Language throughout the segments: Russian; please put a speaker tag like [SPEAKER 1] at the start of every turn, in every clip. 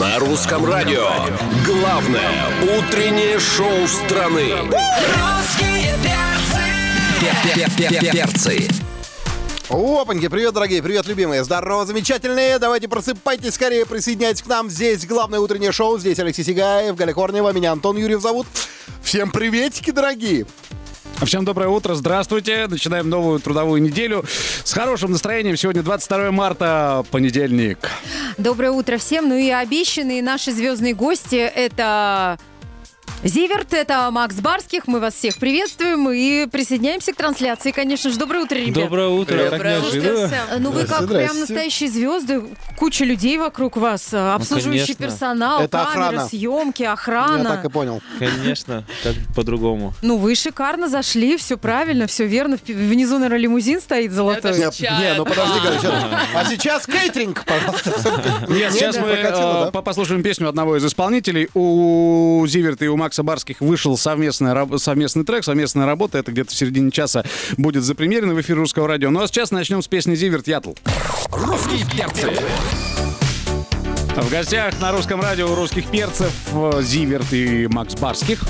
[SPEAKER 1] На русском радио. Главное утреннее шоу страны.
[SPEAKER 2] Русские перцы.
[SPEAKER 1] Перцы.
[SPEAKER 3] Опаньки, привет, дорогие, привет, любимые, здорово, замечательные, давайте просыпайтесь скорее, присоединяйтесь к нам, здесь главное утреннее шоу, здесь Алексей Сигаев, Галя Корнева, меня Антон Юрьев зовут. Всем приветики, дорогие!
[SPEAKER 4] Всем доброе утро, здравствуйте. Начинаем новую трудовую неделю с хорошим настроением. Сегодня 22 марта, понедельник.
[SPEAKER 5] Доброе утро всем. Ну и обещанные наши звездные гости это Зиверт, это Макс Барских. Мы вас всех приветствуем и присоединяемся к трансляции, конечно же. Доброе утро, ребят.
[SPEAKER 6] Доброе утро, так неожиданно.
[SPEAKER 5] Э, Ну вы как прям настоящие звезды, куча людей вокруг вас, э, обслуживающий
[SPEAKER 6] конечно.
[SPEAKER 5] персонал,
[SPEAKER 3] Ну, Это
[SPEAKER 5] камеры,
[SPEAKER 3] охрана.
[SPEAKER 5] съемки,
[SPEAKER 3] Я
[SPEAKER 5] охрана.
[SPEAKER 3] так и понял.
[SPEAKER 6] Конечно, как по-другому.
[SPEAKER 5] Ну вы шикарно зашли, все правильно, все верно. Вп- Внизу, наверное, лимузин стоит золотой.
[SPEAKER 3] Нет, не, ну подожди, Галя, сейчас. А сейчас кейтеринг, пожалуйста.
[SPEAKER 4] Нет, сейчас
[SPEAKER 3] да,
[SPEAKER 4] мы
[SPEAKER 3] прокатило,
[SPEAKER 4] э,
[SPEAKER 3] да?
[SPEAKER 4] по- послушаем песню одного из исполнителей. У Зиверта и у Макса Барских вышел совместная, раб- совместный трек, совместная работа. Это где-то в середине часа будет запремьерено в эфире Русского радио. Ну а сейчас начнем с песни Зиверт Ятл.
[SPEAKER 1] Русские перцы.
[SPEAKER 4] В гостях на русском радио у русских перцев э, Зиверт и Макс Барских.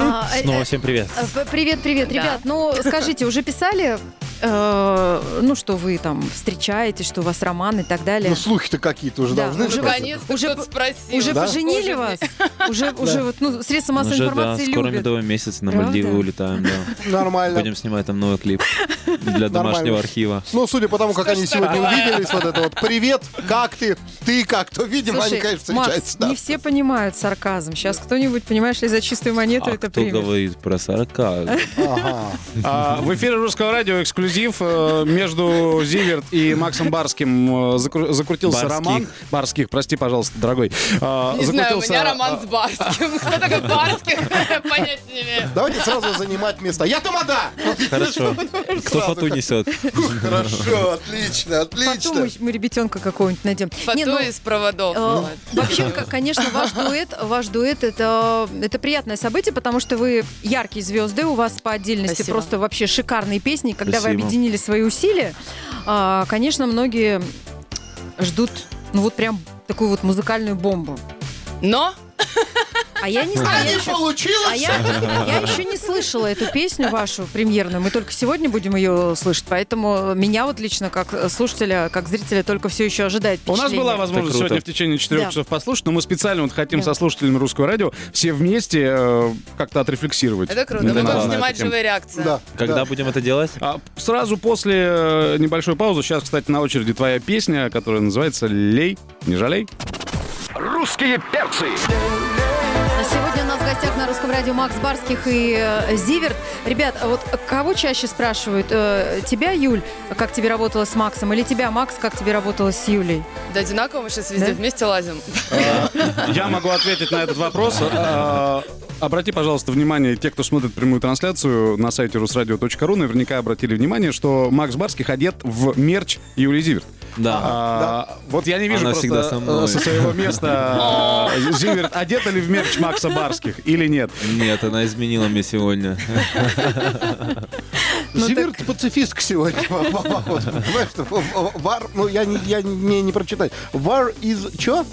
[SPEAKER 5] А, э,
[SPEAKER 6] Снова всем привет.
[SPEAKER 5] Э, п- Привет, привет, ребят. Ну, скажите, уже писали, э, ну, что вы там встречаетесь, что у вас роман и так далее?
[SPEAKER 3] Ну слухи-то какие-то уже
[SPEAKER 5] Да,
[SPEAKER 3] должны
[SPEAKER 5] уже
[SPEAKER 3] быть.
[SPEAKER 7] Наконец-то
[SPEAKER 5] Уже
[SPEAKER 7] уже
[SPEAKER 5] п-
[SPEAKER 7] спросил.
[SPEAKER 5] Уже
[SPEAKER 3] Да?
[SPEAKER 5] поженили
[SPEAKER 7] Боже
[SPEAKER 5] вас? Уже, уже вот, ну, средства массовой
[SPEAKER 6] Уже, да,
[SPEAKER 5] информации
[SPEAKER 6] скоро
[SPEAKER 5] любят.
[SPEAKER 6] медовый месяц на
[SPEAKER 5] Правда?
[SPEAKER 6] Мальдивы улетаем, да.
[SPEAKER 3] Нормально.
[SPEAKER 6] Будем снимать там новый клип для домашнего архива.
[SPEAKER 3] Ну, судя по тому, как
[SPEAKER 7] Что ж
[SPEAKER 3] они сегодня
[SPEAKER 7] такое?
[SPEAKER 3] увиделись, вот это вот «Привет, как ты? Ты как?» То, видимо, они,
[SPEAKER 5] Слушай,
[SPEAKER 3] конечно,
[SPEAKER 5] Макс,
[SPEAKER 3] встречаются. да.
[SPEAKER 5] не все понимают сарказм. Сейчас кто-нибудь, понимаешь ли, за чистую монету
[SPEAKER 6] А
[SPEAKER 5] это
[SPEAKER 6] кто
[SPEAKER 5] примет.
[SPEAKER 6] говорит про 40?
[SPEAKER 3] Ага.
[SPEAKER 4] А, В эфире Русского радио эксклюзив э, между Зиверт и Максом Барским э, закру- закрутился
[SPEAKER 6] Барских.
[SPEAKER 4] роман. Барских, прости, пожалуйста, дорогой. А,
[SPEAKER 7] Не знаю, у
[SPEAKER 4] закрутился,
[SPEAKER 7] меня
[SPEAKER 4] а,
[SPEAKER 7] роман с
[SPEAKER 6] а.
[SPEAKER 7] Барским. Кто такой Барских? Понять не имею.
[SPEAKER 3] Давайте сразу занимать места. Я тамада!
[SPEAKER 6] Хорошо. Кто фату несет?
[SPEAKER 3] Хорошо, отлично, отлично.
[SPEAKER 5] Потом А мы, мы ребятенка какого-нибудь найдем. Не,
[SPEAKER 7] Фото
[SPEAKER 5] ну,
[SPEAKER 7] из проводов.
[SPEAKER 5] Э,
[SPEAKER 7] бывает.
[SPEAKER 5] Вообще, к- конечно, ваш дуэт, ваш дуэт это, это приятное событие, потому что вы яркие звезды, у вас по отдельности
[SPEAKER 7] Спасибо.
[SPEAKER 5] просто вообще шикарные песни. Когда вы
[SPEAKER 6] Спасибо.
[SPEAKER 5] объединили свои усилия, а, конечно, многие ждут, ну вот прям такую вот музыкальную бомбу.
[SPEAKER 7] Но
[SPEAKER 5] А я не знаю, я
[SPEAKER 3] Не
[SPEAKER 5] еще-
[SPEAKER 3] получилось!
[SPEAKER 5] а я, я еще не слышала эту песню вашу премьерную. Мы только сегодня будем ее слышать, поэтому меня вот лично как слушателя, как зрителя только все еще ожидает.
[SPEAKER 4] У нас была
[SPEAKER 5] впечатление.
[SPEAKER 4] возможность
[SPEAKER 6] круто.
[SPEAKER 4] сегодня в течение четырех
[SPEAKER 5] Да.
[SPEAKER 4] часов послушать, но мы специально вот хотим
[SPEAKER 5] Да.
[SPEAKER 4] со слушателями Русского радио все вместе э, как-то отрефлексировать.
[SPEAKER 7] это круто.
[SPEAKER 6] Ну,
[SPEAKER 7] Мы
[SPEAKER 6] да,
[SPEAKER 7] будем
[SPEAKER 6] ладно,
[SPEAKER 7] снимать
[SPEAKER 4] эту тему.
[SPEAKER 7] живые реакции.
[SPEAKER 3] Да,
[SPEAKER 6] Когда
[SPEAKER 3] да.
[SPEAKER 6] будем это делать?
[SPEAKER 4] А, сразу после э, небольшой паузы, сейчас, кстати, на очереди твоя песня, которая называется «Лей, не жалей».
[SPEAKER 1] Русские перцы.
[SPEAKER 5] А Сегодня у нас в гостях на русском радио Макс Барских и э, Зиверт. Ребят, а вот кого чаще спрашивают? Э, тебя, Юль, как тебе работала с Максом? Или тебя, Макс, как тебе работала с Юлей?
[SPEAKER 7] Да одинаково мы сейчас везде
[SPEAKER 5] Да?
[SPEAKER 7] вместе лазим.
[SPEAKER 4] Я могу ответить на этот вопрос. А, Обрати, пожалуйста, внимание, те, кто смотрит прямую трансляцию на сайте rusradio.ru, наверняка обратили внимание, что Макс Барских одет в мерч Юлии Зиверт.
[SPEAKER 6] Да.
[SPEAKER 4] А, Вот я не вижу
[SPEAKER 6] Она
[SPEAKER 4] просто
[SPEAKER 6] всегда со мной.
[SPEAKER 4] э, со своего места э, Зиверт, одета ли в мерч Макса Барских или нет.
[SPEAKER 6] Нет, она изменила мне сегодня.
[SPEAKER 3] Зиверт пацифистка сегодня. по- по- походу. Понимаешь, что вар, ну я не, я не, не прочитать. Вар из чё?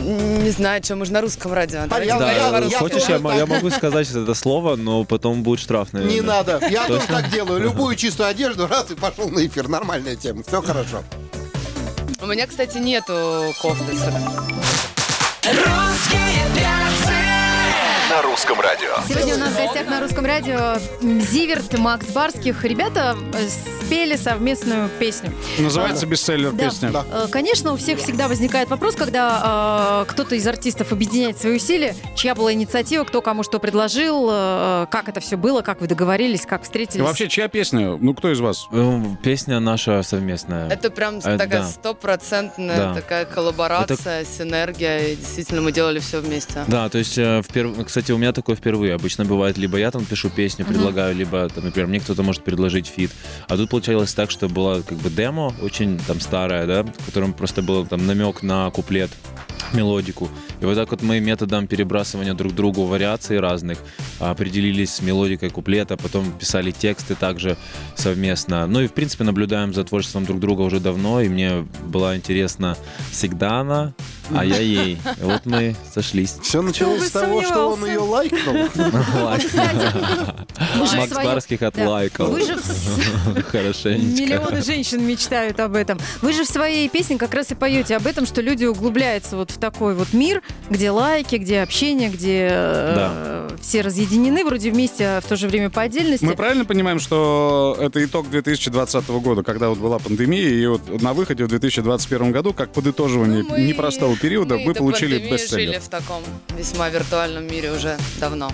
[SPEAKER 7] Не знаю, что, мы же на русском радио. Давайте
[SPEAKER 3] я-
[SPEAKER 6] Да,
[SPEAKER 7] говорим по-русски.
[SPEAKER 3] я- я-
[SPEAKER 6] Э, хочешь,
[SPEAKER 3] тоже
[SPEAKER 6] я мо- я
[SPEAKER 3] так.
[SPEAKER 6] могу сказать сейчас это слово, но потом будет штраф, наверное.
[SPEAKER 3] Не надо. Я тоже так делаю. Любую чистую одежду раз и пошел на эфир. Нормальная тема. Все хорошо.
[SPEAKER 7] У меня, кстати, нету кофты.
[SPEAKER 2] Русские перцы.
[SPEAKER 1] На русском радио.
[SPEAKER 5] Сегодня у нас в гостях на русском радио м, Зиверт, Макс Барских. Ребята э, спели совместную песню.
[SPEAKER 4] Называется бестселлер
[SPEAKER 5] Да.
[SPEAKER 4] песня.
[SPEAKER 3] Да.
[SPEAKER 5] Э, Конечно, у всех всегда возникает вопрос, когда э, кто-то из артистов объединяет свои усилия, чья была инициатива, кто кому что предложил, э, как это все было, как вы договорились, как
[SPEAKER 4] И
[SPEAKER 5] встретились.
[SPEAKER 4] Вообще, чья песня? Ну, кто из вас?
[SPEAKER 6] Эм, Песня наша совместная.
[SPEAKER 7] Это прям
[SPEAKER 6] Э,
[SPEAKER 7] такая
[SPEAKER 6] да.
[SPEAKER 7] стопроцентная
[SPEAKER 6] Да.
[SPEAKER 7] такая коллаборация, синергия. И действительно, мы делали все вместе.
[SPEAKER 6] Да, то есть, э, вперв- кстати, у меня такое впервые. Обычно бывает, либо я там пишу песню, предлагаю, либо, там, например, мне кто-то может предложить фит. А тут получалось так, что была как бы демо, очень там старая, да, в котором просто был там намек на куплет мелодику. И вот так вот мы методом перебрасывания друг другу вариаций разных определились с мелодикой куплета, потом писали тексты также совместно. Ну и, в принципе, наблюдаем за творчеством друг друга уже давно, и мне была интересна всегда она, а я ей. Вот мы сошлись.
[SPEAKER 3] Все началось
[SPEAKER 5] бы
[SPEAKER 3] с того, что он
[SPEAKER 5] сомневался?
[SPEAKER 3] ее лайкнул.
[SPEAKER 5] Вы же
[SPEAKER 6] Макс
[SPEAKER 5] свою-
[SPEAKER 6] Барских
[SPEAKER 5] Да.
[SPEAKER 6] отлайкал.
[SPEAKER 5] Вы же в-
[SPEAKER 6] Хорошенечко.
[SPEAKER 5] Миллионы женщин мечтают об этом. Вы же в своей песне как раз и поете об этом, что люди углубляются вот в такой вот мир, где лайки, где общение, где э, все разъединены вроде вместе, а в то же время по отдельности.
[SPEAKER 4] Мы правильно понимаем, что это итог 2020 года, когда вот была пандемия, и вот на выходе в 2021 году, как подытоживание
[SPEAKER 7] Ну, мы-
[SPEAKER 4] непростого периода,
[SPEAKER 7] мы
[SPEAKER 4] вы
[SPEAKER 7] до
[SPEAKER 4] получили
[SPEAKER 7] пандемии жили
[SPEAKER 4] бестселлер.
[SPEAKER 7] в таком весьма виртуальном мире уже давно.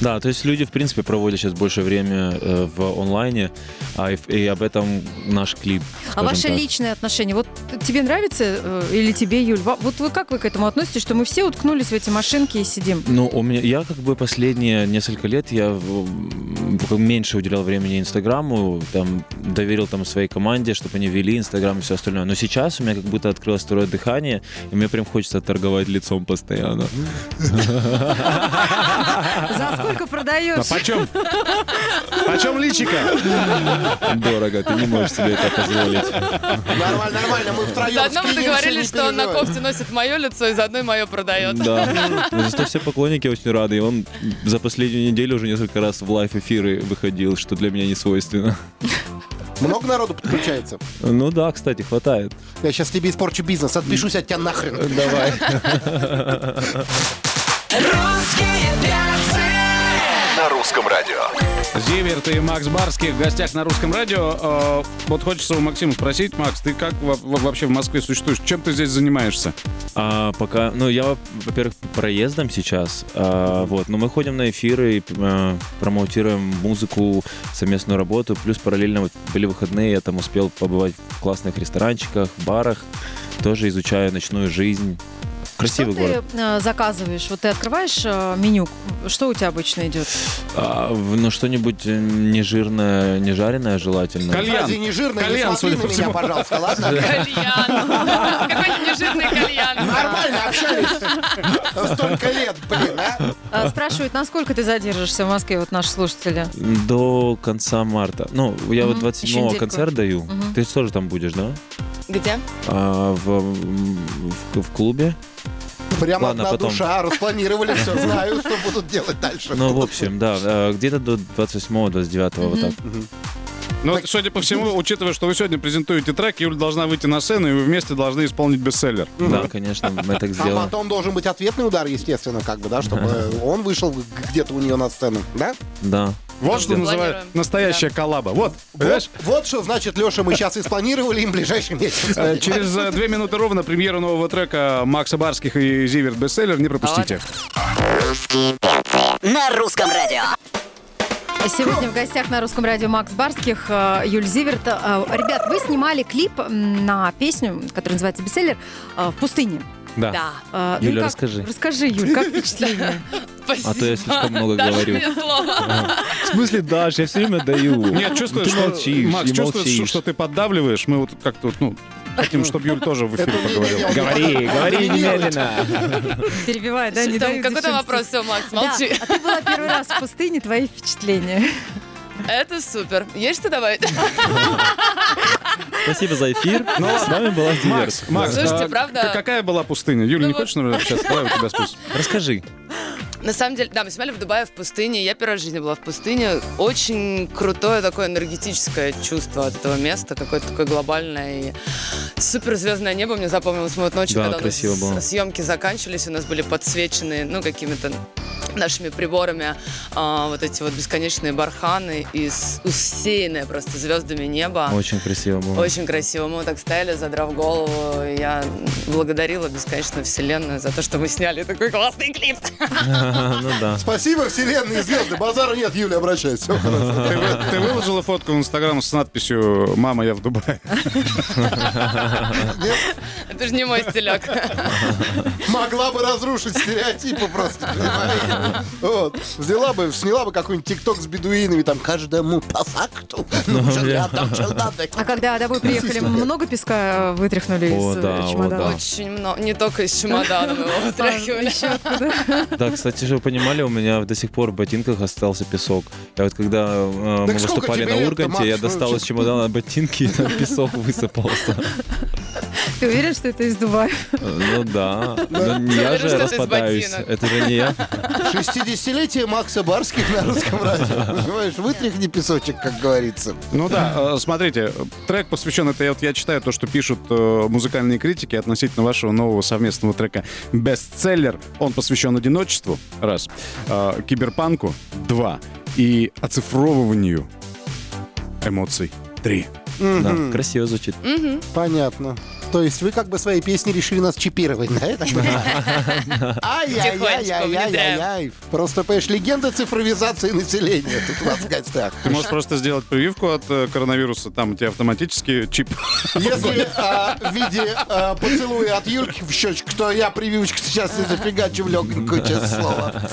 [SPEAKER 6] Да, то есть люди, в принципе, проводят сейчас больше время э, в онлайне, а и, в- и об этом наш клип.
[SPEAKER 5] А
[SPEAKER 6] скажем
[SPEAKER 5] ваши
[SPEAKER 6] так.
[SPEAKER 5] личные отношения, вот тебе нравится э, или тебе, Юль? Ва- Вот вы как вы к этому относитесь, что мы все уткнулись в эти машинки и сидим?
[SPEAKER 6] Ну, у меня, я как бы последние несколько лет я в- в- меньше уделял времени Инстаграму, там, доверил там своей команде, чтобы они вели Инстаграм и все остальное. Но сейчас у меня как будто открылось второе дыхание, и мне прям хочется торговать лицом постоянно.
[SPEAKER 5] За сколько
[SPEAKER 4] А
[SPEAKER 5] продаешь?
[SPEAKER 4] почем? Почем личика?
[SPEAKER 6] Дорого, ты не можешь себе это позволить.
[SPEAKER 3] Нормально, нормально, мы втроем
[SPEAKER 7] Заодно мы договорились, что он на кофте носит мое лицо и заодно и мое продает.
[SPEAKER 6] Да. Но Зато Ну, все поклонники очень рады, и он за последнюю неделю уже несколько раз в лайв-эфиры выходил, что для меня не свойственно.
[SPEAKER 3] Много народу подключается.
[SPEAKER 6] Ну да, кстати, хватает.
[SPEAKER 3] Я сейчас тебе испорчу бизнес, отпишусь от тебя нахрен.
[SPEAKER 6] Давай.
[SPEAKER 2] Русские перцы.
[SPEAKER 1] На русском радио.
[SPEAKER 4] Зиверт и Макс Барских в гостях на русском радио. Э, Вот хочется у Максима спросить, Макс, ты как во- во- вообще в Москве существуешь? Чем ты здесь занимаешься?
[SPEAKER 6] А, пока, ну я, во-первых, проездом сейчас, а, вот, но мы ходим на эфиры, и, э, промоутируем музыку, совместную работу, плюс параллельно вот были выходные, я там успел побывать в классных ресторанчиках, барах, тоже изучаю ночную жизнь.
[SPEAKER 5] Что
[SPEAKER 6] Красивый город.
[SPEAKER 5] ты э, заказываешь? Вот ты открываешь э, меню, что у тебя обычно идет?
[SPEAKER 6] А, в- ну что-нибудь э, нежирное, не жареное желательно.
[SPEAKER 4] Кальян.
[SPEAKER 3] Разве не жирно?
[SPEAKER 4] Кальян,
[SPEAKER 3] Не смотри
[SPEAKER 4] судя
[SPEAKER 3] на
[SPEAKER 4] по
[SPEAKER 3] меня,
[SPEAKER 4] всему.
[SPEAKER 3] пожалуйста, ладно?
[SPEAKER 7] Кальян. Какой-нибудь нежирный кальян.
[SPEAKER 3] Нормально общались. Столько лет, блин, а?
[SPEAKER 5] Э, Спрашивают, насколько ты задержишься в Москве, вот наши слушатели.
[SPEAKER 6] До конца марта. Ну, я вот
[SPEAKER 5] Мгм.
[SPEAKER 6] 27-го
[SPEAKER 5] Еще
[SPEAKER 6] концерт даю.
[SPEAKER 5] Мгм.
[SPEAKER 6] Ты тоже там будешь, да?
[SPEAKER 7] Где?
[SPEAKER 6] А, в- в- в клубе?
[SPEAKER 3] Прямо
[SPEAKER 6] Ладно,
[SPEAKER 3] одна
[SPEAKER 6] потом.
[SPEAKER 3] душа, распланировали все, знаю, что будут делать дальше.
[SPEAKER 6] Ну, в общем, да, э, где-то до 28-29 вот так.
[SPEAKER 4] Ну, вот, судя по всему, учитывая, что вы сегодня презентуете трек, Юля должна выйти на сцену, и вы вместе должны исполнить бестселлер.
[SPEAKER 6] Да, конечно, мы так
[SPEAKER 3] А
[SPEAKER 6] сделаем.
[SPEAKER 3] потом должен быть ответный удар, естественно, как бы, да, чтобы он вышел где-то у нее на сцену, да?
[SPEAKER 6] Да.
[SPEAKER 4] Вот что
[SPEAKER 6] Планируем.
[SPEAKER 4] называют настоящая коллаба. Вот, понимаешь?
[SPEAKER 3] Вот что значит, Леша, мы сейчас и спланировали им в ближайший месяц.
[SPEAKER 4] Э, Через э, две минуты ровно премьера нового трека Макса Барских и Зиверт бестселлер. Не пропустите.
[SPEAKER 8] На русском радио.
[SPEAKER 5] Сегодня в гостях на русском радио Макс Барских, э, Юль Зиверт. Э, Ребят, вы снимали клип м, на песню, которая называется «Бестселлер», э, в пустыне.
[SPEAKER 7] Да.
[SPEAKER 5] Э,
[SPEAKER 6] Юля,
[SPEAKER 5] как-
[SPEAKER 6] расскажи.
[SPEAKER 5] Расскажи, Юль, как впечатление?
[SPEAKER 7] Спасибо.
[SPEAKER 6] А то я слишком много
[SPEAKER 7] Даже
[SPEAKER 6] говорю.
[SPEAKER 7] ни слова.
[SPEAKER 6] В смысле, Даш, я все время даю.
[SPEAKER 4] Нет, чувствуешь,
[SPEAKER 6] Ты
[SPEAKER 4] что-
[SPEAKER 6] молчишь,
[SPEAKER 4] Макс,
[SPEAKER 6] не
[SPEAKER 4] чувствуешь, что-
[SPEAKER 6] молчишь.
[SPEAKER 4] что ты поддавливаешь. Мы вот как-то, вот, ну, хотим, чтобы Юль тоже в эфире поговорила.
[SPEAKER 6] Говори, говори немедленно.
[SPEAKER 5] Перебивай, да, не
[SPEAKER 7] Там
[SPEAKER 5] дают
[SPEAKER 7] какой-то
[SPEAKER 5] зачем
[SPEAKER 7] вопрос, все, Макс,
[SPEAKER 5] Да,
[SPEAKER 7] молчи.
[SPEAKER 5] а ты была первый раз в пустыне, твои впечатления.
[SPEAKER 7] Это супер. Есть что добавить?
[SPEAKER 6] Спасибо за эфир. С вами была
[SPEAKER 4] Макс,
[SPEAKER 6] Зиверт.
[SPEAKER 4] Макс,
[SPEAKER 7] Слушайте,
[SPEAKER 4] а,
[SPEAKER 7] правда-
[SPEAKER 4] к- какая была пустыня? Юля,
[SPEAKER 7] Ну
[SPEAKER 4] не
[SPEAKER 7] вот-
[SPEAKER 4] хочешь, наверное, сейчас? Давай я тебя спросим.
[SPEAKER 6] Расскажи.
[SPEAKER 7] На самом деле, да, мы снимали в Дубае в пустыне. Я первый раз в жизни была в пустыне. Очень крутое такое энергетическое чувство от этого места. Какое-то такое глобальное и суперзвездное небо мне запомнилось. Мы вот ночью,
[SPEAKER 6] Да,
[SPEAKER 7] когда у нас
[SPEAKER 6] красиво было.
[SPEAKER 7] съемки заканчивались, у нас были подсвечены, ну, какими-то нашими приборами а, вот эти вот бесконечные барханы и с- усеянное просто звездами небо.
[SPEAKER 6] Очень красиво было.
[SPEAKER 7] Очень красиво. Мы вот так стояли, задрав голову. И Я благодарила бесконечно Вселенную за то, что мы сняли такой классный клип.
[SPEAKER 6] Ну да.
[SPEAKER 3] Спасибо, вселенные звезды. Базара нет, Юля, обращайся. Всё хорошо.
[SPEAKER 4] Ты вы- Ты выложила фотку в Инстаграм с надписью «Мама, я в Дубае».
[SPEAKER 7] Это же не мой стиляк.
[SPEAKER 3] Могла бы разрушить стереотипы просто, понимаете? Вот. Взяла бы, сняла бы какой-нибудь тикток с бедуинами, там, каждому по факту. Нужен рядом чердак.
[SPEAKER 5] А когда домой приехали, много песка э, вытряхнули
[SPEAKER 6] О,
[SPEAKER 5] из э,
[SPEAKER 6] да, о,
[SPEAKER 5] чемодана?
[SPEAKER 6] да.
[SPEAKER 7] Очень много. Не только из чемодана мы его вытряхивали.
[SPEAKER 6] Да, кстати же, вы понимали, у меня до сих пор в ботинках остался песок. Я вот когда э, мы
[SPEAKER 3] Так сколько
[SPEAKER 6] выступали
[SPEAKER 3] тебе
[SPEAKER 6] на
[SPEAKER 3] лет-то,
[SPEAKER 6] Урганте, я
[SPEAKER 3] Макс? Ну,
[SPEAKER 6] достал из
[SPEAKER 3] чё-
[SPEAKER 6] чемодана ботинки, и там песок высыпался.
[SPEAKER 5] Ты уверен, что это из Дубая?
[SPEAKER 6] Ну да. Но не
[SPEAKER 7] Я
[SPEAKER 6] я
[SPEAKER 7] вижу,
[SPEAKER 6] же
[SPEAKER 7] что ты с
[SPEAKER 6] распадаюсь.
[SPEAKER 7] ботинок.
[SPEAKER 6] Это же не я.
[SPEAKER 3] 60-летие Макса Барских на русском радио. Понимаешь, вытряхни песочек, как говорится.
[SPEAKER 4] Ну да, э, смотрите, э, трек посвящен, это я, вот, я читаю то, что пишут э, музыкальные критики относительно вашего нового совместного трека «Бестселлер». Он посвящен одиночеству, раз, э, киберпанку, два, и оцифровыванию эмоций, три.
[SPEAKER 6] Да, Красиво звучит.
[SPEAKER 3] Понятно. То есть вы как бы своей песней решили нас чипировать, да? я так понимаю? Ай-яй-яй-яй-яй-яй. Просто, понимаешь, легенда цифровизации населения тут у нас в гостях.
[SPEAKER 4] Ты можешь просто сделать прививку от э, коронавируса, там у тебя автоматически чип.
[SPEAKER 3] Если а, в виде а, поцелуя от Юльки в щечку, то я прививочку сейчас не зафигачу в легонькую, честное слово.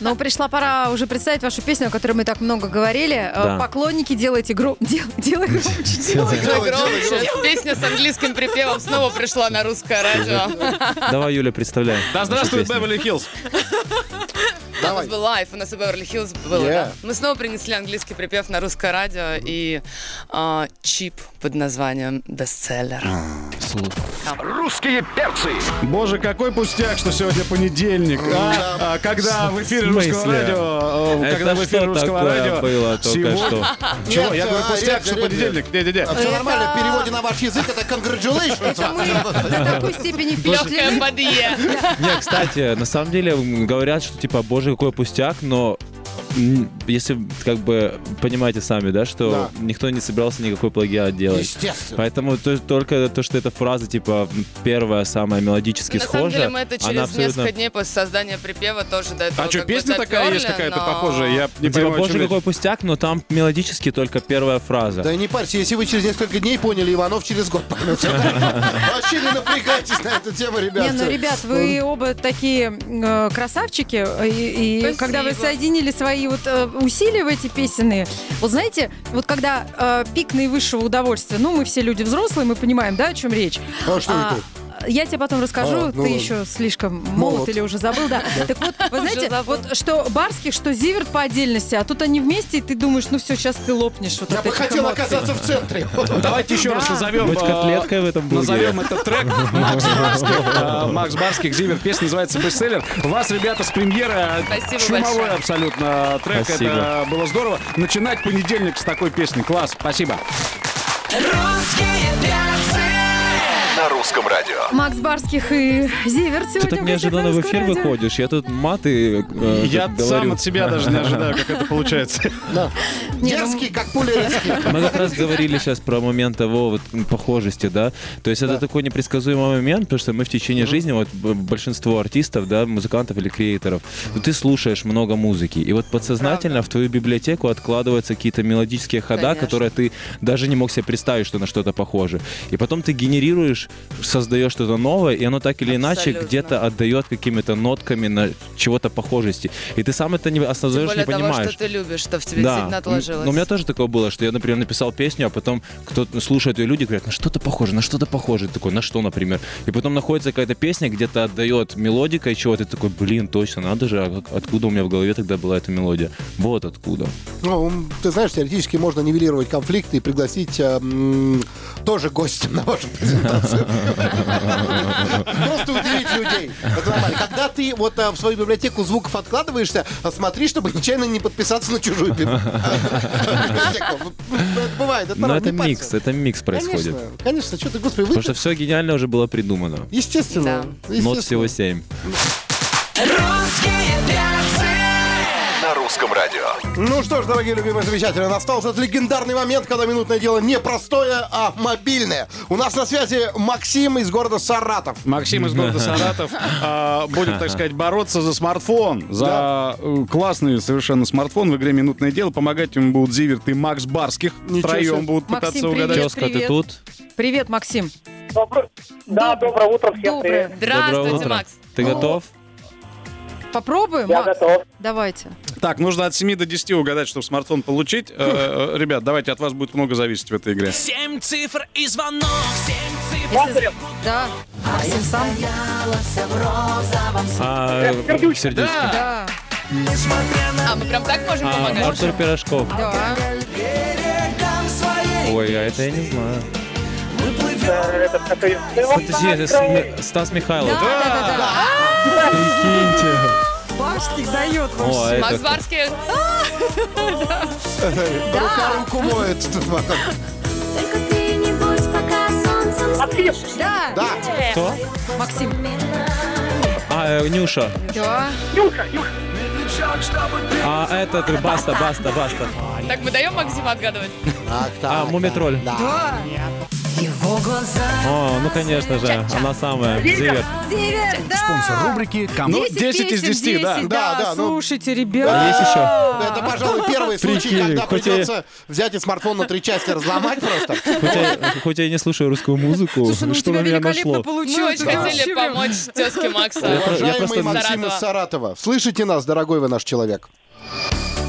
[SPEAKER 5] Но Ну, пришла пора уже представить вашу песню, о которой мы так много говорили. Э,
[SPEAKER 6] Да.
[SPEAKER 5] Поклонники, делайте гром... дел- Делай громче.
[SPEAKER 7] Ой, громче. Песня с английским припевом снова пришла на русское радио.
[SPEAKER 6] Давай, Юля, представляй.
[SPEAKER 4] Да здравствует
[SPEAKER 6] Нашу песню.
[SPEAKER 4] Беверли Хиллз!
[SPEAKER 7] У нас был лайф, у нас и Беверли-Хиллз было,
[SPEAKER 3] Yeah.
[SPEAKER 7] да. Мы снова принесли английский припев на русское радио и а, чип под названием «Бестселлер».
[SPEAKER 1] Русские перцы.
[SPEAKER 4] Боже, какой пустяк, что сегодня понедельник. а? А, когда в эфире
[SPEAKER 6] В смысле?
[SPEAKER 4] русского радио, э,
[SPEAKER 6] Это
[SPEAKER 4] когда в эфире
[SPEAKER 6] что
[SPEAKER 4] русского
[SPEAKER 6] такое
[SPEAKER 4] радио
[SPEAKER 6] было только
[SPEAKER 4] сегодня-
[SPEAKER 6] что?
[SPEAKER 4] Чего?
[SPEAKER 3] Нет,
[SPEAKER 4] Я говорю
[SPEAKER 3] а,
[SPEAKER 4] пустяк,
[SPEAKER 3] ребят,
[SPEAKER 4] что
[SPEAKER 3] ребят.
[SPEAKER 4] понедельник. Не-не-не.
[SPEAKER 3] Все нормально, в переводе на ваш язык это
[SPEAKER 5] Это мы
[SPEAKER 3] congratulations.
[SPEAKER 5] до такой степени
[SPEAKER 7] Легкое
[SPEAKER 5] впечатлены.
[SPEAKER 7] подъе.
[SPEAKER 6] Не, кстати, на самом деле м, говорят, что типа, боже, какой пустяк, но м, если, как бы, понимаете сами, да, что никто не собирался никакой плагиат делать.
[SPEAKER 3] Естественно.
[SPEAKER 6] Поэтому то- только то, что эта фраза, типа, м, первая, самая мелодически
[SPEAKER 7] На самом
[SPEAKER 6] схожа,
[SPEAKER 7] деле мы это
[SPEAKER 6] она
[SPEAKER 7] через
[SPEAKER 6] абсолютно...
[SPEAKER 7] несколько дней после создания припева тоже до этого
[SPEAKER 4] А что,
[SPEAKER 7] как бы
[SPEAKER 4] песня такая есть
[SPEAKER 7] доперли,
[SPEAKER 4] какая-то
[SPEAKER 7] но-
[SPEAKER 4] похожая? Я не
[SPEAKER 6] Ну, типа,
[SPEAKER 4] понимаю, о
[SPEAKER 6] боже,
[SPEAKER 4] чем речь.
[SPEAKER 6] какой пустяк, но там мелодически только первая фраза.
[SPEAKER 3] Да не парься, если вы через несколько дней поняли, Иванов через год поймет. Вообще не напрягайтесь на эту тему,
[SPEAKER 5] Не, ну,
[SPEAKER 3] ребят.
[SPEAKER 5] ребят, вы оба такие э, красавчики, и, и
[SPEAKER 7] Спасибо.
[SPEAKER 5] когда вы соединили свои вот э, усилия в эти песенные, вот знаете, вот когда э, пик наивысшего удовольствия, ну, мы все люди взрослые, мы понимаем, да, о чем речь.
[SPEAKER 3] А что
[SPEAKER 5] А,
[SPEAKER 3] это?
[SPEAKER 5] Я тебе потом расскажу,
[SPEAKER 3] А, ну
[SPEAKER 5] ты
[SPEAKER 3] ладно.
[SPEAKER 5] еще слишком молод,
[SPEAKER 3] Молод.
[SPEAKER 5] или уже забыл, да. Так вот, вы знаете, вот что Барских, что Зиверт по отдельности, а тут они вместе, и ты думаешь, ну все, сейчас ты лопнешь. Вот
[SPEAKER 3] Я
[SPEAKER 5] от
[SPEAKER 3] бы
[SPEAKER 5] этих
[SPEAKER 3] хотел
[SPEAKER 5] эмоций.
[SPEAKER 3] оказаться в центре.
[SPEAKER 4] Давайте еще раз назовем...
[SPEAKER 6] Быть
[SPEAKER 4] э,
[SPEAKER 6] котлеткой в этом бургере.
[SPEAKER 4] Назовем этот трек Макс Барских. Э, Макс Барских, Зивер. Песня называется «Бестселлер». Вас, ребята, с премьеры.
[SPEAKER 7] Спасибо
[SPEAKER 4] Шумовой
[SPEAKER 7] большое.
[SPEAKER 4] абсолютно трек.
[SPEAKER 6] Спасибо.
[SPEAKER 4] Это было здорово. Начинать понедельник с такой песни. Класс, спасибо.
[SPEAKER 2] Русские перцы.
[SPEAKER 1] На русском радио.
[SPEAKER 5] Макс Барских и Зиверт сегодня
[SPEAKER 6] Ты так
[SPEAKER 5] в гостях
[SPEAKER 6] неожиданно в
[SPEAKER 5] Русского
[SPEAKER 6] эфир
[SPEAKER 5] радио.
[SPEAKER 6] выходишь. Я тут маты э,
[SPEAKER 4] Я
[SPEAKER 6] тут
[SPEAKER 4] сам
[SPEAKER 6] говорю.
[SPEAKER 4] от себя даже не ожидаю, как это получается.
[SPEAKER 5] Не, ну,
[SPEAKER 3] Дерзкий, как пуля резкий.
[SPEAKER 6] Мы как раз говорили сейчас про момент того вот м, похожести, да. То есть это такой непредсказуемый момент, потому что мы в течение жизни, вот б- большинство артистов, да, музыкантов или креаторов, ну, ты слушаешь много музыки. И вот
[SPEAKER 7] Ну,
[SPEAKER 6] подсознательно в твою библиотеку откладываются какие-то мелодические хода,
[SPEAKER 7] Конечно.
[SPEAKER 6] которые ты даже не мог себе представить, что на что-то похоже. И потом ты генерируешь, создаешь что-то новое, и оно так или иначе
[SPEAKER 7] Абсолютно.
[SPEAKER 6] где-то отдает какими-то нотками на чего-то похожести. И ты сам это не
[SPEAKER 7] Тем
[SPEAKER 6] осознаешь,
[SPEAKER 7] более
[SPEAKER 6] не
[SPEAKER 7] того,
[SPEAKER 6] понимаешь.
[SPEAKER 7] что ты любишь, что в тебе
[SPEAKER 6] М,
[SPEAKER 7] сильно отложилось.
[SPEAKER 6] Но у меня тоже такое было, что я, например, написал песню, а потом кто-то слушает ее люди, говорят, на что-то похоже, на что-то похоже. Ты такой, на что, например? И потом находится какая-то песня, где-то отдает мелодика и чего ты такой, блин, точно, надо же, а как- откуда у меня в голове тогда была эта мелодия? Вот откуда.
[SPEAKER 3] Ну, м, ты знаешь, теоретически можно нивелировать конфликты и пригласить э, м, тоже гостя на вашу презентацию. Просто удивить людей. Это нормально. Когда ты вот э, в свою библиотеку звуков откладываешься, э, смотри, чтобы нечаянно не подписаться на чужую биб- библиотеку. ну, Это бывает, это
[SPEAKER 6] Но
[SPEAKER 3] нормально.
[SPEAKER 6] это
[SPEAKER 3] не парься.
[SPEAKER 6] микс, это микс происходит.
[SPEAKER 3] Конечно, конечно, что ты, господи,
[SPEAKER 6] Потому
[SPEAKER 3] вы...
[SPEAKER 6] что все гениально уже было придумано.
[SPEAKER 3] Естественно.
[SPEAKER 6] Нот
[SPEAKER 3] естественно.
[SPEAKER 6] всего семь.
[SPEAKER 2] Русские перцы.
[SPEAKER 1] На русском радио.
[SPEAKER 3] Ну что ж, дорогие любимые замечатели, настал этот легендарный момент, когда минутное дело не простое, а мобильное. У нас на связи Максим из города Саратов.
[SPEAKER 4] Максим из города Саратов а, будет, так сказать, бороться за смартфон. За э, классный совершенно смартфон в игре «Минутное дело». Помогать ему будут Зиверт и Макс Барских.
[SPEAKER 3] Ничего
[SPEAKER 4] Втроем
[SPEAKER 3] себе.
[SPEAKER 4] будут
[SPEAKER 5] Максим,
[SPEAKER 4] пытаться
[SPEAKER 5] привет.
[SPEAKER 4] угадать.
[SPEAKER 6] Ческа, ты
[SPEAKER 5] привет.
[SPEAKER 6] тут?
[SPEAKER 5] Привет, Максим.
[SPEAKER 8] Добро- Да, доброе утро всем.
[SPEAKER 5] Доброе.
[SPEAKER 8] привет.
[SPEAKER 6] Доброе
[SPEAKER 7] Здравствуйте,
[SPEAKER 6] утро.
[SPEAKER 7] Макс.
[SPEAKER 6] Ты готов?
[SPEAKER 5] Попробуем,
[SPEAKER 8] Я
[SPEAKER 5] Макс?
[SPEAKER 8] готов.
[SPEAKER 5] Давайте.
[SPEAKER 4] Так, нужно от 7 до 10 угадать, чтобы смартфон получить. Э, э, Ребят, давайте, от вас будет много зависеть в этой игре.
[SPEAKER 2] Семь цифр и звонок. Семь цифр.
[SPEAKER 8] Бондарев.
[SPEAKER 5] Да. Максим сам.
[SPEAKER 6] А, э, сердючка.
[SPEAKER 5] Да.
[SPEAKER 7] А, мы прям так можем
[SPEAKER 6] А,
[SPEAKER 7] помогать?
[SPEAKER 6] Артур Пирожков.
[SPEAKER 5] Да.
[SPEAKER 6] Ой, а это я не знаю.
[SPEAKER 2] Выплывет
[SPEAKER 8] этот, который...
[SPEAKER 6] Подожди, это С- Ми- Стас Михайлов.
[SPEAKER 5] Да, да, да, да.
[SPEAKER 6] Прикиньте.
[SPEAKER 5] Башник дает вам.
[SPEAKER 6] О, это-
[SPEAKER 7] Макс Барских.
[SPEAKER 3] Э, Рука руку моет. Тут вот так.
[SPEAKER 9] Только ты не будь пока солнцем
[SPEAKER 8] Отлично.
[SPEAKER 5] Да.
[SPEAKER 3] Да.
[SPEAKER 6] Кто?
[SPEAKER 5] Максим.
[SPEAKER 6] А, э, Нюша.
[SPEAKER 5] Да.
[SPEAKER 8] Нюша, Нюша.
[SPEAKER 6] А этот, Баста, Баста, Баста.
[SPEAKER 7] Так, мы даем Максима отгадывать?
[SPEAKER 3] Так,
[SPEAKER 6] А,
[SPEAKER 3] так,
[SPEAKER 6] Мумитроль.
[SPEAKER 5] Да.
[SPEAKER 6] О, ну конечно же, она самая. Зиверт.
[SPEAKER 5] Зиверт, да.
[SPEAKER 10] Спонсор рубрики «Команда».
[SPEAKER 4] 10 из 10, да.
[SPEAKER 5] да.
[SPEAKER 3] Да, да, ну.
[SPEAKER 5] слушайте, ребят.
[SPEAKER 6] Есть еще?
[SPEAKER 3] Да, Это, пожалуй, первый случай,
[SPEAKER 6] Прикинь,
[SPEAKER 3] когда
[SPEAKER 6] хоть и-
[SPEAKER 3] придется взять и смартфон на три части разломать просто.
[SPEAKER 6] Хоть я, хоть я и не слушаю русскую музыку,
[SPEAKER 5] Слушай, ну у
[SPEAKER 6] что
[SPEAKER 5] тебя
[SPEAKER 6] на меня
[SPEAKER 5] великолепно
[SPEAKER 6] нашло.
[SPEAKER 7] Мы
[SPEAKER 5] получилось.
[SPEAKER 7] очень
[SPEAKER 5] Ты
[SPEAKER 7] хотели
[SPEAKER 5] вообще
[SPEAKER 7] помочь тезке Макса.
[SPEAKER 6] про- я
[SPEAKER 3] Уважаемый
[SPEAKER 6] просто-
[SPEAKER 3] Максим из Саратова, слышите нас, дорогой вы наш человек?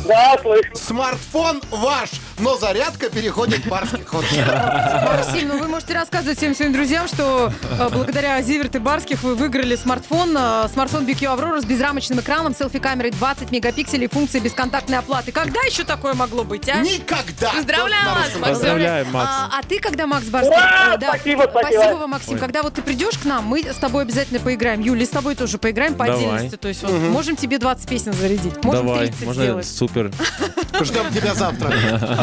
[SPEAKER 8] Да, слышу.
[SPEAKER 3] Смартфон ваш, но зарядка переходит в барских. Вот.
[SPEAKER 5] Максим, ну вы можете рассказывать всем своим друзьям, что э, благодаря Зиверт и Барских вы выиграли смартфон, э, смартфон BQ Aurora с безрамочным экраном, селфи-камерой 20 мегапикселей, функцией бесконтактной оплаты. Когда еще такое могло быть, а?
[SPEAKER 3] Никогда!
[SPEAKER 7] Поздравляем
[SPEAKER 3] Только на
[SPEAKER 7] вас,
[SPEAKER 3] русском
[SPEAKER 7] Максим.
[SPEAKER 3] языке.
[SPEAKER 6] Поздравляем, Макс.
[SPEAKER 5] А, а ты, когда Макс Барский...
[SPEAKER 8] Ура!
[SPEAKER 10] А,
[SPEAKER 5] э,
[SPEAKER 8] Спасибо, спасибо.
[SPEAKER 5] Спасибо вам, Максим. Когда вот ты придешь к нам, мы с тобой обязательно поиграем. Юля, и с тобой тоже поиграем по
[SPEAKER 6] Давай.
[SPEAKER 5] отдельности. То есть вот можем тебе 20 песен зарядить, можем
[SPEAKER 6] Давай,
[SPEAKER 5] 30
[SPEAKER 6] можно
[SPEAKER 5] сделать.
[SPEAKER 6] супер.
[SPEAKER 3] Ждем тебя завтра.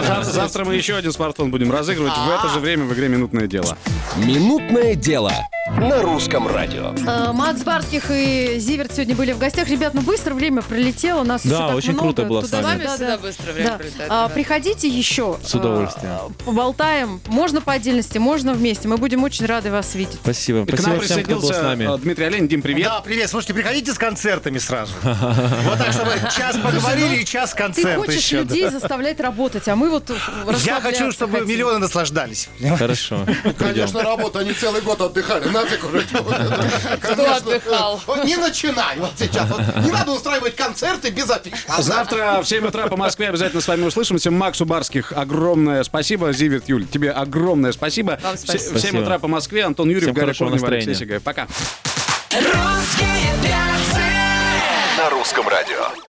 [SPEAKER 4] А Завтра мы еще один смартфон будем разыгрывать в это же время в игре «Минутное дело».
[SPEAKER 10] Минутное дело.
[SPEAKER 1] На русском радио.
[SPEAKER 5] Э, Макс Барских и Зиверт сегодня были в гостях. Ребят, ну быстро время пролетело. Нас
[SPEAKER 6] Да,
[SPEAKER 5] еще так
[SPEAKER 6] очень
[SPEAKER 5] много.
[SPEAKER 6] круто было с
[SPEAKER 5] Туда-
[SPEAKER 7] С вами
[SPEAKER 5] да,
[SPEAKER 7] всегда
[SPEAKER 5] да.
[SPEAKER 7] быстро
[SPEAKER 5] Да.
[SPEAKER 7] время пролетает.
[SPEAKER 5] А,
[SPEAKER 7] ребят.
[SPEAKER 5] Приходите еще.
[SPEAKER 6] С удовольствием.
[SPEAKER 5] А, Поболтаем. Можно по отдельности, можно вместе. Мы будем очень рады вас видеть.
[SPEAKER 6] Спасибо.
[SPEAKER 4] И к нам
[SPEAKER 6] Спасибо всем, кто был с
[SPEAKER 4] присоединился э,
[SPEAKER 6] нами.
[SPEAKER 4] Дмитрий Олень. Дим, привет.
[SPEAKER 10] Да, привет. Слушайте, приходите с концертами сразу. Вот так, чтобы час поговорили и час
[SPEAKER 5] Ты
[SPEAKER 10] концерт
[SPEAKER 5] хочешь
[SPEAKER 10] еще. да.
[SPEAKER 5] людей заставлять работать, а мы вот
[SPEAKER 10] Я хочу,
[SPEAKER 5] расслабляться
[SPEAKER 10] чтобы
[SPEAKER 5] хотим.
[SPEAKER 10] миллионы наслаждались.
[SPEAKER 6] Хорошо. Пойдем.
[SPEAKER 3] Конечно, работа, они целый год отдыхали. Нафиг уже. Конечно.
[SPEAKER 7] отдыхал?
[SPEAKER 3] Вот Не начинай вот сейчас. Вот Не надо устраивать концерты без А афиш.
[SPEAKER 4] Завтра в 7 утра по Москве обязательно с вами услышимся. Максу Барских огромное спасибо. Зиверт Юль, тебе огромное спасибо.
[SPEAKER 7] Вам
[SPEAKER 4] В се-
[SPEAKER 7] спасибо.
[SPEAKER 4] В 7 утра по Москве. Антон Юрьев,
[SPEAKER 6] Всем
[SPEAKER 4] Гарри
[SPEAKER 6] хорошего
[SPEAKER 4] Корнева, Алексей Сигаев.
[SPEAKER 6] настроения.
[SPEAKER 4] Пока.
[SPEAKER 2] Русские перцы.
[SPEAKER 1] На русском радио.